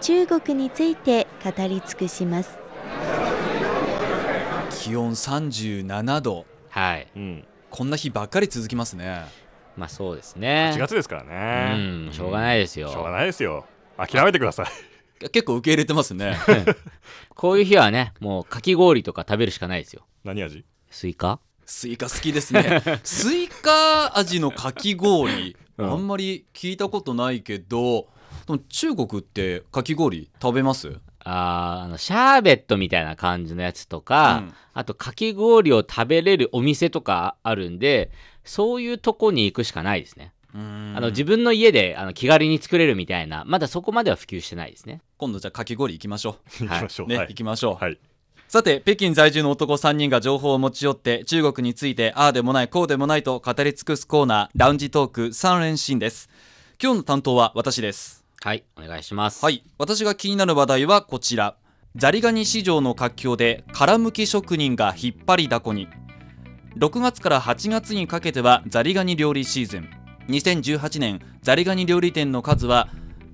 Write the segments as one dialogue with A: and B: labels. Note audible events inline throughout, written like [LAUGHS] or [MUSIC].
A: 中国について語り尽くします。
B: 気温37度
C: はい。
D: うん、
B: こんな日ばっかり続きますね
C: まあそうですね。
D: 4月ですから
C: う
D: ね、
C: ん、しょうがないですよ。
D: しょうがないですよ諦めてください [LAUGHS]
B: け結構受け入れてますね
C: こういう日はね、もうかき氷とか食べるしかないですよ。
D: 何味
C: スイカ
B: スイカ好きですねスイカ味のかき氷、
C: うん
B: あんまり聞いたことないけどでも中国ってかき氷食べます
C: あーあのシャーベットみたいな感じのやつとか、
B: うん
C: あとかき氷を食べれるお店とかあるんでそういうとこに行くしかないですね、
B: あ
C: あの自分の家であの気軽に作れるみたいなまだそこまでは普及してないですね
B: 今度じゃあかき氷行きましょ
D: 行きましょ
B: う
D: う、
B: ね、
D: はい
B: 行きましょう、
D: はい
B: さて北京在住の男3人が情報を持ち寄って中国についてああでもないこうでもないと語り尽くすコーナーラウンジトーク3連新です今日の担当は私です
C: はいお願いします
B: はい私が気になる話題はこちらザリガニ市場の活況で殻むき職人が引っ張りだこに6月から8月にかけてはザリガニ料理シーズン2018年ザリガニ料理店の数は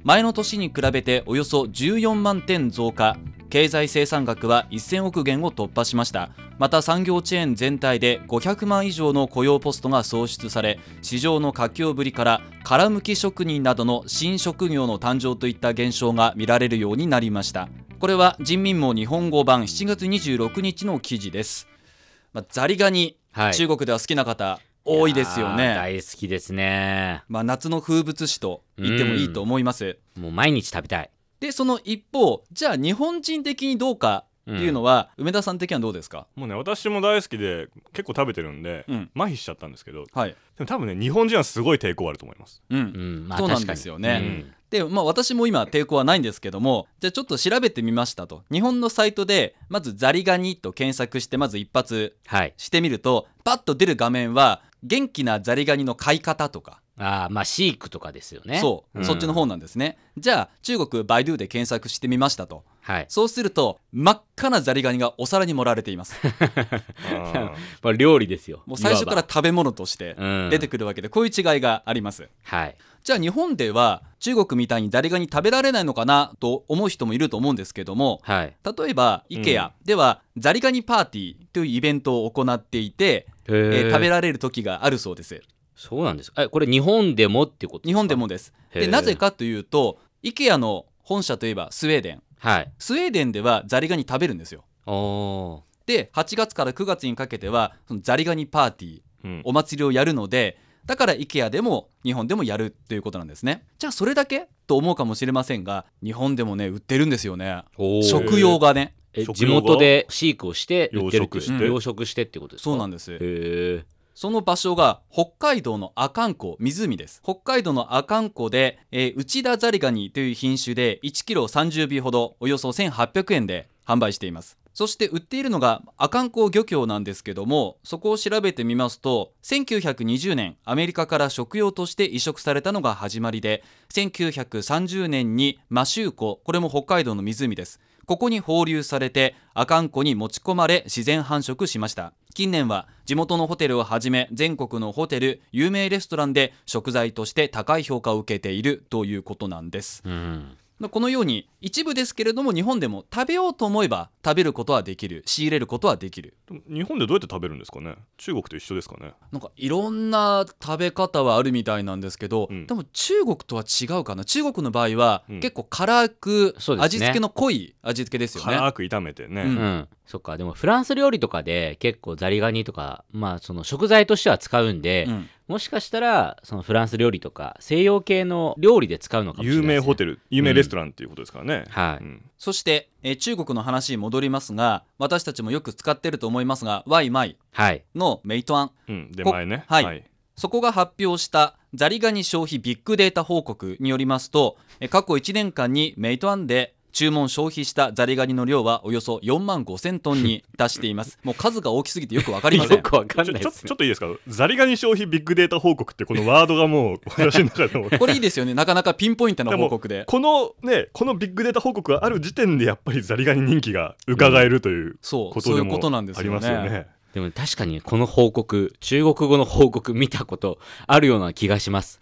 B: 前の年に比べておよそ14万点増加経済生産額は1000億元を突破しましたまた産業チェーン全体で500万以上の雇用ポストが創出され市場の活況ぶりから殻むき職人などの新職業の誕生といった現象が見られるようになりましたこれは人民網日本語版7月26日の記事です、まあ、ザリガニ
C: はい
B: 中国では好きな方多いですよ
C: やー
B: ね。
C: 大好きですね
B: まあ、夏の風物詩と言ってもいいと思います。
C: もう毎日食べたい、
B: でその一方じゃあ日本人的にどうかって
C: ん
B: いうのは、梅田さん的にはどうですか
D: もうね私も大好きで結構食べてるんで、
B: うん
D: 麻痺しちゃったんですけど
B: はい、
D: でも多分ね日本人はすごい抵抗あると思い
C: [LAUGHS]
D: ます
B: う
C: うんんまあ、
B: そうなん
C: 確かに
B: ですよねでまあ、私も今抵抗はないんですけどもじゃあちょっと調べてみましたと日本のサイトでまず「ザリガニ」と検索してまず一発
C: うんはい
B: してみるとパッと出る画面は元気なザリガニの飼い方とか
C: あーまあ飼育とかですよね
B: そう、
C: ん
B: そっちの方なんですねじゃあ中国バイドゥで検索してみましたと
C: はい
B: そうすると真っ赤なザリガニがお皿に盛られてい
C: [LAUGHS]
B: ます
D: あ
C: まあ料理ですよ
B: もう最初か
C: いわ
B: ら食べ物として
C: ばうん
B: 出てくるわけでこういう違いがあります
C: はい
B: じゃあ日本では中国みたいにザリガニ食べられないのかなと思う人もいると思うんですけども
C: はい
B: 例えば
D: ん
B: IKEA ではザリガニパーティーというイベントを行っていて、え
C: え
B: ー食べられる時があるそうです
C: そうなんですかえこれ日本でもってことですか
B: 日本でもです
C: へ
B: で
C: ー
B: なぜかというと IKEA の本社といえばスウェーデン
C: はい
B: スウェーデンではザリガニ食べるんですよ
C: おお
B: で8月から9月にかけてはそのザリガニパーティー
D: ーうん
B: お祭りをやるのでだから IKEA でも日本でもやるということなんですねじゃあそれだけと思うかもしれませんが日本でもね売ってるんですよね
C: おー
B: 食用がね
C: え
D: 食
C: 地
D: 用が
C: 元で飼育をして売
D: 養殖
C: ってるっていう
D: して
C: 養殖してってことですか
B: そうなん
C: で
B: です
C: へえ
B: その場所が北海道の阿寒湖湖です北海道の阿寒湖で、えー内田ザリガニという品種で1キロ30尾ほどおよそ1800円で販売していますそして売っているのが阿寒湖漁協なんですけどもそこを調べてみますと1920年アメリカから食用として移植されたのが始まりで1930年に摩周湖これも北海道の湖ですここに放流されて阿寒湖に持ち込まれ自然繁殖しました近年は地元のホテルをはじめ全国のホテル有名レストランで食材として高い評価を受けているということなんです
C: うん
B: このように一部ですけれども日本でも食べようと思えば食べることはできる仕入れることはできる
D: でも日本でどうやって食べるんですかね中国と一緒ですかね
B: なんかいろんな食べ方はあるみたいなんですけど、
D: うん
B: でも中国とは違うかな中国の場合は
D: うん
B: 結構辛く、
C: そうですね
B: 味付けの濃い味付けですよね
D: 辛く炒めてね、
B: うん
C: うん、そっかでもフランス料理とかで結構ザリガニとか、まあ、その食材としては使うんで、
B: うん
C: もしかしたらそのフランス料理とか西洋系の料理で使うのかもしれない
D: 有
C: ですね、
D: 名ホテル有名レストランっていうことですからね、
C: はい
D: うん
B: そして、えー中国の話に戻りますが私たちもよく使ってると思いますがワイマイ
C: はい
B: のメイトアン
D: うん、出
B: こ
D: 前ね
B: はいそこが発表したザリガニ消費ビッグデータ報告によりますとえー過去1年間にメイトアンで注文消費したザリガニの量はおよそ4万5000トンに達していますもう数が大きすぎてよくわかりませ
C: よ
B: ん
C: くわかん
D: ちょ
C: ない
D: ち
C: で
D: ょ
C: す
D: ちょ
C: ね
D: っといいですかザリガニ消費ビッグデータ報告ってこのワードがもう私の中でも
B: これいいですよねなかなかピンポイントな報告で
D: このねこのビッグデータ報告がある時点でやっぱりザリガニ人気が伺えるという
B: そ
D: こ
B: うそ
D: と
B: うい
D: で
B: うこと
D: も
B: なんです
D: あり
B: よ
D: ますよ
B: ね
D: ね。
C: でも確かにこの報告中国語の報告見たことあるような気がします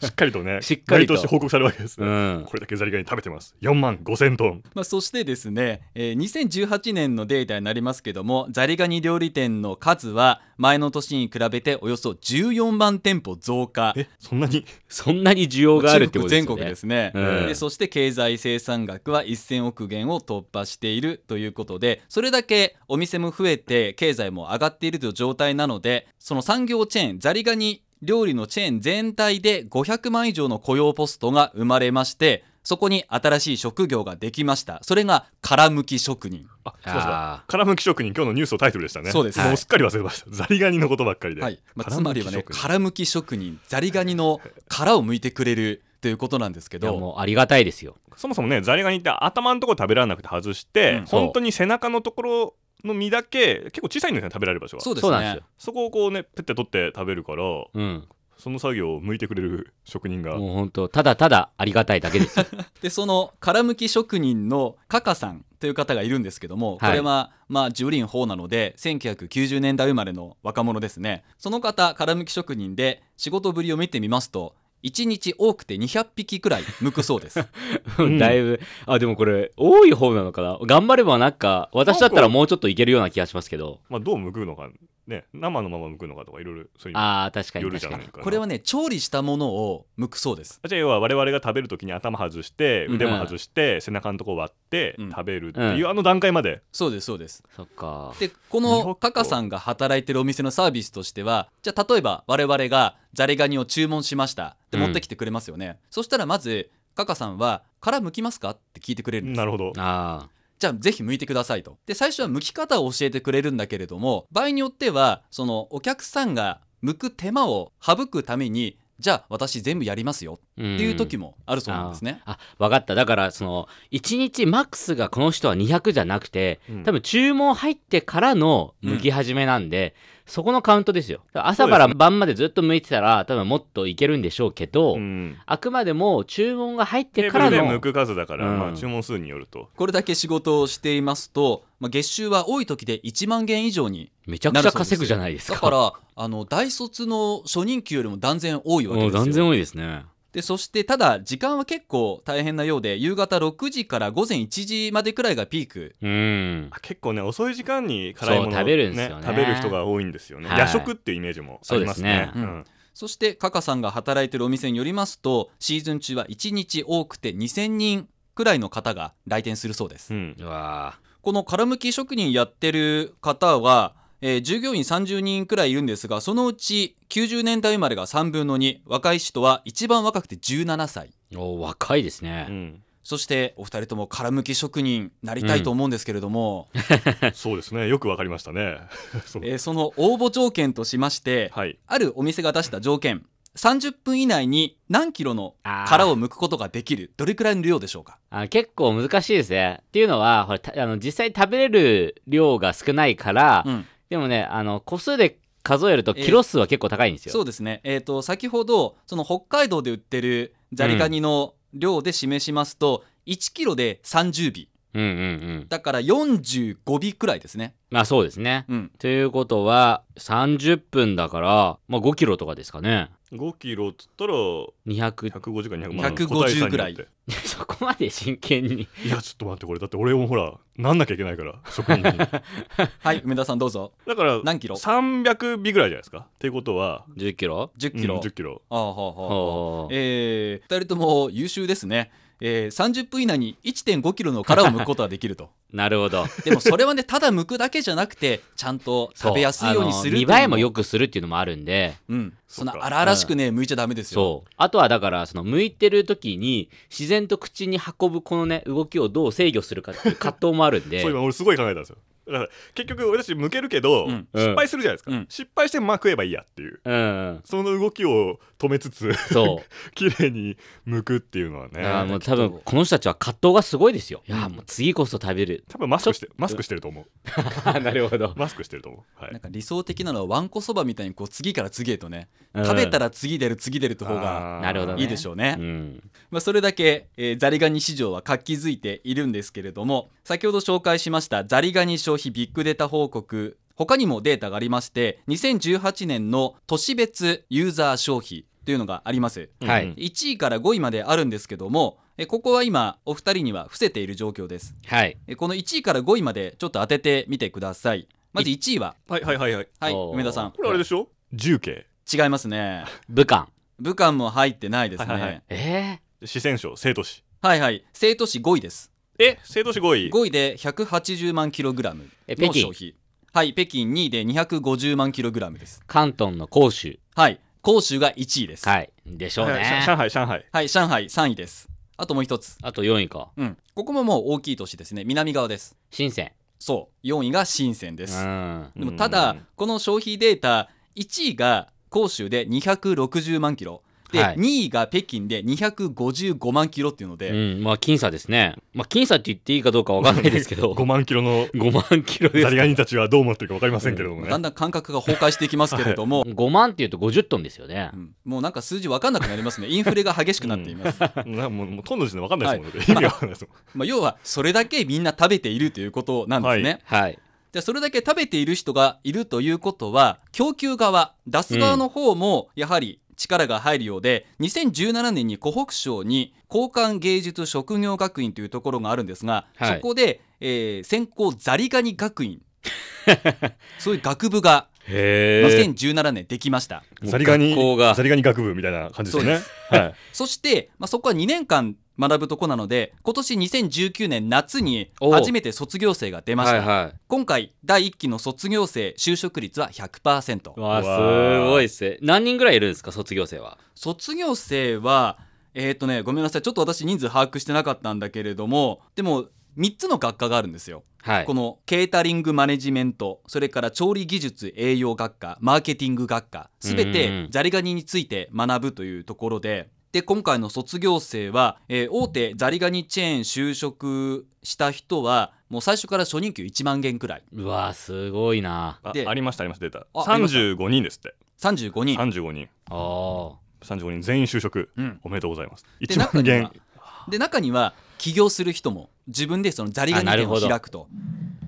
D: しっかり
B: [LAUGHS]
D: とね
C: しっかりと
D: 毎年報告されるわけです
C: う
D: ね。
C: ん
D: これだけザリガニ食べてます4万5000トン
B: まあ、そしてですね、えー2018年のデータになりますけどもザリガニ料理店の数は前の年に比べておよそ14万店舗増加
D: えそんなに
C: そんなに需要があるってことですよ
B: 中
C: ね
B: 国全国ですね、
C: うん
B: でそして経済生産額は1000億元を突破しているということでそれだけお店も増えて経済も上がっているという状態なのでその産業チェーンザリガニ料理のチェーン全体で500万以上の雇用ポストが生まれましてそこに新しい職業ができましたそれが殻むき職人
D: あそうそう
C: あ
D: カラムキ職人今日のニュースのタイトルでしたね
B: そうです
D: もうすっかり忘れました、ザリガニのことばっかりで、
B: はいまあ、
D: 殻
B: つ
D: むき
B: まりはね
D: 職人
B: 殻むき職人ザリガニの殻を剥いてくれるということなんですけ
C: ーいや
B: ど
C: もうありがたいですよ
D: そもそもねザリガニって頭のところ食べられなくて外して、
B: うん
C: そう
D: 本当に背中のところの身だけ結構小さいんですね食べられる場所は
B: そうです
C: そうなんです
B: ね
C: よ
D: そこをこうねペッて取って食べるから
C: うん
D: その作業を向いてくれる職人が
C: もう本当ただただありがたいだけですよ
B: でその殻むき職人のカカさんという方がいるんですけども、
C: はい
B: これはまあジュリン法なので1990年代生まれの若者ですねその方殻むき職人で仕事ぶりを見てみますと1日多くて200匹くらい剥くそうです [LAUGHS]
D: うん
C: だいぶあでもこれ多い方なのかな頑張ればなんか私だったらもうちょっといけるような気がしますけど
D: まあ、どう向くのかね生のまま向くのかとかいろいろそういうの
C: ああ確かに
D: よるじ
C: 確か
D: ゃない
C: に
D: かな
B: これはね調理したものを剥くそうです
D: じゃあ要は我々が食べるときに頭外して
B: うん
D: 腕も外して、背中のとこ割って
B: うん
D: 食べるっていう、あの段階まで
B: そうですそうです
C: そっか
B: でこ
D: なるほ
B: の
D: ど
B: カカさんが働いてるお店のサービスとしてはじゃあ例えば我々がザリガニを注文しましたで
C: うん
B: 持ってきてくれますよね、そしたらまずカカさんは「殻剥きますか?」って聞いてくれるんです
D: なるほど
C: あ
B: じゃあぜひ剥いてくださいとで最初は剥き方を教えてくれるんだけれども場合によってはそのお客さんが剥く手間を省くためにじゃあ私全部やりますよ
C: あん
B: っていう時もあるそうなんですね、
C: あ分かっただからその1日マックスがこの人は200じゃなくて
D: うん
C: 多分注文入ってからの剥き始めなんで、そこのカウントですよだから朝から晩までずっと剥いてたら多分もっといけるんでしょうけど、
D: うん
C: あくまでも注文が入って
D: テー
C: か
D: ブル
C: ら
D: で
C: の
D: 向く数だから、
C: うん
D: まあ、注文数によると
B: これだけ仕事をしていますと、まあ、月収は多い時で1万元以上に
C: めちゃくちゃ稼ぐじゃないです
B: だ
C: か
B: からあの大卒の初任給よりも断然多いわけで
C: もう
B: すよ
C: 断然多いですね
B: でそしてただ時間は結構大変なようで夕方6時から午前1時までくらいがピーク
C: うん
D: あ結構ね遅い時間に辛いものを、
C: そう食べるんですよね
D: 食べる人が多いんですよね、
C: はい
D: 夜食っていうイメージもありますね
B: そうですね
D: ん
B: そしてカカさんが働いてるお店によりますとシーズン中は1日多くて2000人くらいの方が来店するそうです、
D: うん
C: うわ
B: この殻むき職人やってる方は、えー従業員30人くらいいるんですがそのうち90年代生まれが3分の2若い人は一番若くて17歳
C: ーお若いですね、
D: うん
B: そしてお二人とも殻むき職人なりたいと思うんですけれども、
D: そうですねよくわかりましたね [LAUGHS] そう
B: えーその応募条件としまして
D: はい
B: あるお店が出した条件30分以内に何キロの
C: あー
B: 殻を剥くことができるどれくらいの量でしょうか
C: あ結構難しいですね。っていうのはほらたあの実際食べれる量が少ないから、
B: うん
C: でもねあの個数で数えると
B: えー
C: キロ数は結構高いんですよ。
B: そうですね、えー、と先ほどその北海道で売ってるザリガニの量で示しますと、1キロで30尾
C: うんうんうん。
B: だから45尾くらいですね、
C: まあそうですね。
B: うん、
C: ということは30分だから、まあ、5キロとかですかね。
D: 5キロっつったら
C: 200
D: 150か200
B: まあ150ぐらい
D: い
C: [LAUGHS] そこまで真剣に。
D: いやちょっと待ってこれだって俺もほらなんなきゃいけないから職
C: [LAUGHS]
D: 人にだか
B: はい梅田さんどうぞ
D: ら
B: 何キロ
D: 300尾ぐらいじゃないですかっていうことは
C: 10キロ
B: 1 0キロ、
D: うん10キロ
B: ああはあはあはあ
C: おー
B: え2人とも優秀ですね、えー30分以内に1 5キロの殻を剥くことができる
C: [LAUGHS]
B: と
C: なるほど。
B: でもそれはねただ剥くだけじゃなくてちゃんと食べやすいようにする
C: そうあの見栄えも良
B: く、
C: くするっていうのもあるんで。
B: うん、その
D: そうか
B: 荒々しくね剥いちゃダメですよ
C: そうあとはだからその向いてる時に自然と口に運ぶこのね動きをどう制御するかっていう葛藤もあるんで
B: [LAUGHS]
D: そう今俺すごい考えたんですよだから結局俺たち向けるけど、
B: うん
D: 失敗するじゃないですか、
B: うん
D: 失敗してまあ食えばいいやっていう
C: うん、
D: その動きを止めつつ [LAUGHS]
C: そう
B: [LAUGHS]
D: 綺麗に剥くっていうのは
C: だから
D: ね。
C: もう多分この人たちは葛藤がすごいですよ。いやーもう次こそ食べる [LAUGHS]
D: 多分マスクしてマスクしてると思う
C: なるほど。
D: マスクしてると思う、はい
B: なんか理想的なのはわんこそばみたいにこう次から次へとね、食べた
C: ら、
B: ら次出る次出るって方が
D: あー
C: なるほどね
B: いいでしょうね
C: うん、
B: まあ、それだけ、えーザリガニ市場は活気づいているんですけれども先ほど紹介しましたザリガニ消費ビッグデータ報告他にもデータがありまして2018年の都市別ユーザー消費というのがあります
C: はい
D: うん
B: 1位から5位まであるんですけどもえここは今お二人には伏せている状況です
C: はい。
B: えこの1位から5位までちょっと当ててみてくださいまず1位は
D: はいはいはいはい
B: はい
C: おー
B: 梅田さん
D: これあれでしょ重慶
B: 違いますね
C: 武漢。
B: 武漢も入ってないですね
D: はいはい
C: え
D: 四川省成都市
B: はいはい生徒市5位です
D: え成都市5位
B: 5位で180万キログラム
C: え
B: の
C: 北京
B: 消費はい北京2位で250万キログラムです
C: ー、関東の広州。
B: はい広州が1位ですはい、
C: はい。でしょう
D: はい上
C: ね。
D: 上海上海
B: 上海3位ですあともう一つ
C: あと4位か。
B: うんここももう大きい都市ですね南側です
C: 深セ
B: そう4位が深センで
C: ン。
B: す、
C: うん。
B: でもただ
D: うん
B: この消費データ1位が広州で260万キロで、
C: はい
B: 2位が北京で255万キロっていうので、
C: うん、まあ僅差ですね。まあ僅差って言っていいかどうかわかんないですけど、
D: 5万キロの
C: 5万キロで
D: ザ
C: す
D: リ。ガニたちはどう思ってるか分かりませんけれどもね
B: だんだん感覚が崩壊していきますけれども、
C: 5万っていうと50トンですよね
B: う。んもうなんか数字わかんなくなりますねインフレが激しくなっています、
D: なもうもうトンの時点で分かんないですもん、ね。意味が分かんないですもん
B: [LAUGHS] まあ、要はそれだけみんな食べているということなんですね、
D: は
C: はい。
B: じゃあそれだけ食べている人がいるということは供給側出す側の方もやはり力が入るようで、2017年に湖北省に交換芸術職業学院というところがあるんですが、
C: はい
B: そこで、えー先行ザリガニ学院そういう学部が
C: へえ。
B: 2017年できました、
C: もう
D: ザリガニ
C: 学校が
D: ザリガニ学部みたいな感じですよねはい
B: そして、まあ、そこは2年間学ぶとこなので今年2019年夏に
C: おう
B: 初めて卒業生が出まし
C: は
B: た、
C: いは
B: 今回第1期の卒業生就職率は100%
C: い。わあ
D: う
C: す
D: わ
C: ごいっすね。何人ぐらいいるんですか卒業生は。
B: 卒業生はえっ、とねごめんなさいちょっと私人数把握してなかったんだけれどもでも3つの学科があるんですよ、
C: はい
B: こ。のケータリングマネジメントそれから調理技術栄養学科マーケティング学科すべ
C: うんうん
B: て
C: うん
B: ザリガニについて学ぶというところでで今回の卒業生は、えー大手ザリガニチェーン就職した人はもう最初から初任給1万元くらいう
C: わあすごいな。
D: あ
B: で
D: ありましたありましたデータ
B: あありました
D: 35人ですって
B: 35人
D: 35人
C: ああ。
D: 35人全員就職
B: うん
D: おめでとうございます
B: で
D: 1万
B: 中に
D: 元
B: はで中には起業する人も自分でそのザリガニ
C: あなる
B: 店を
C: ほど
B: 開くと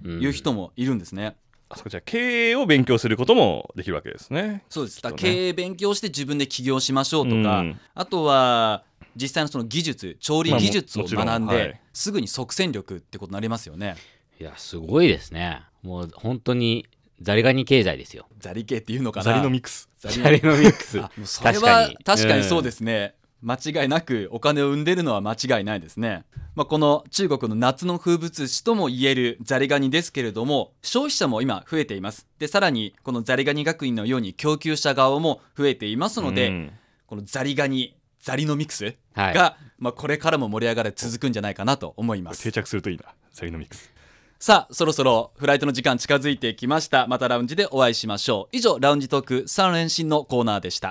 C: うん
B: いう人もいるんですね。
D: あそこじゃあ経営を勉強することもできるわけですね
B: そうです。だから
D: きっとね
B: 経営勉強して自分で起業しましょうとか、
D: うん
B: あとは実際のその技術、調理技術を
D: まあも
B: 学ん
D: もちろんはい
B: で、すぐに即戦力ってことになりますよね。
C: いやすごいですねもう本当にザリガニ経済ですよ
B: ザリ系っていうのかな。
D: ザリのミックス
B: ザ
C: ザリのミック
B: [LAUGHS]
C: ス、
B: あもうそれは確かにそうですすね、間違いなくお金を生んでるのは間違いないですね、まあ、この中国の夏の風物詩ともいえるザリガニですけれども消費者も今増えていますでさらにこのザリガニ学院のように供給者側も増えていますので、
D: うん
B: このザリガニザリのミックス
C: うんはい
B: が、まあ、これからも盛り上がり続くんじゃないかなと思いま
D: 定
B: す
D: 着するといいなザリのミックス
B: さあそろそろフライトの時間近づいてきましたまたラウンジでお会いしましょう以上ラウンジトーク3連新のコーナーでした